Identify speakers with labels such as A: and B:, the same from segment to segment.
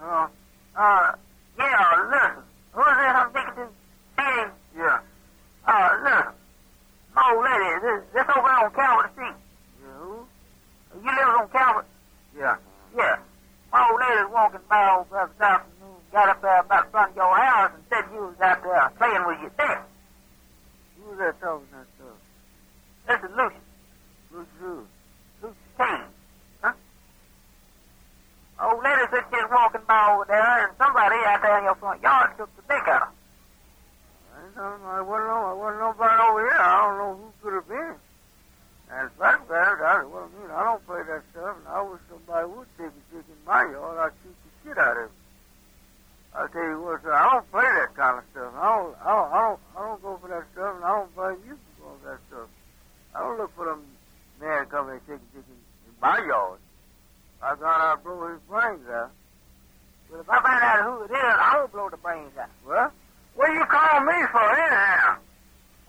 A: Uh, Uh, Morgan Barrows the other night when you got up there about front of your house and said you was out there playing with your dick.
B: Who was that talking that stuff?
A: This is Lucius.
B: Who's who?
A: Lucius King. Huh? Old lady that's just walking by over there and somebody out there in your front yard took the dick out of her.
B: I don't know. I wasn't, no, I wasn't nobody over here. I don't know who could have been. And fact matter, I don't well, I mean. I don't play that stuff, and I wish somebody would take a dick in my yard. I'd shoot the shit out of him. I tell you what, sir, I don't play that kind of stuff. I don't, I don't, I don't, I don't go for that stuff, and I don't blame you for going for that stuff. I don't look for them man coming and taking dick in, in my yard. I thought I'd blow his brains out.
A: Well, if I find out who it is, I will blow the brains out.
B: Well,
A: What you call me for, anyhow?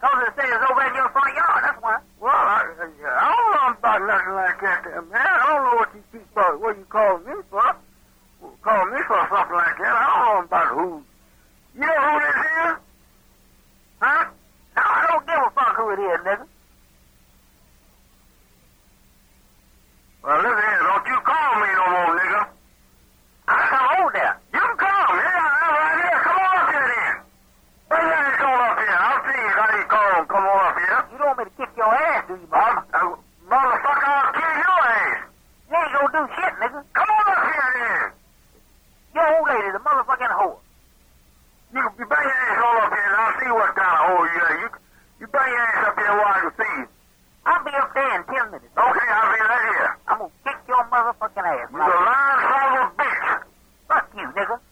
A: Told you to say it's over in your front yard, that's why.
B: well, I, I, I don't know about nothing like that, there, man. I don't know what you keep about, what you call me for. Call me for something like that. I don't know about who. You know who this is?
A: Huh? No, I don't give a fuck who it is, nigga.
B: Well, listen here, don't you call me no more, nigga.
A: I'm old there.
B: You can come. Yeah, I'm right here. Come on up here then. Bring that ass on up here. I'll see you how you call him. Come on up here.
A: You don't want me to kick your ass, do you,
B: I'm,
A: Bob?
B: uh, motherfucker, I'll kill your ass.
A: You ain't gonna do shit, nigga.
B: Come on up here then.
A: Your old lady's a motherfucking hoe.
B: You, you bring your ass on up here and I'll see what kind of hole you are. You, you bring your ass up here while I can see you.
A: I'll be up there in ten minutes.
B: Okay, I'll be right here.
A: I'm gonna kick your motherfucking ass.
B: You a lying son of a bitch.
A: Fuck you, nigga.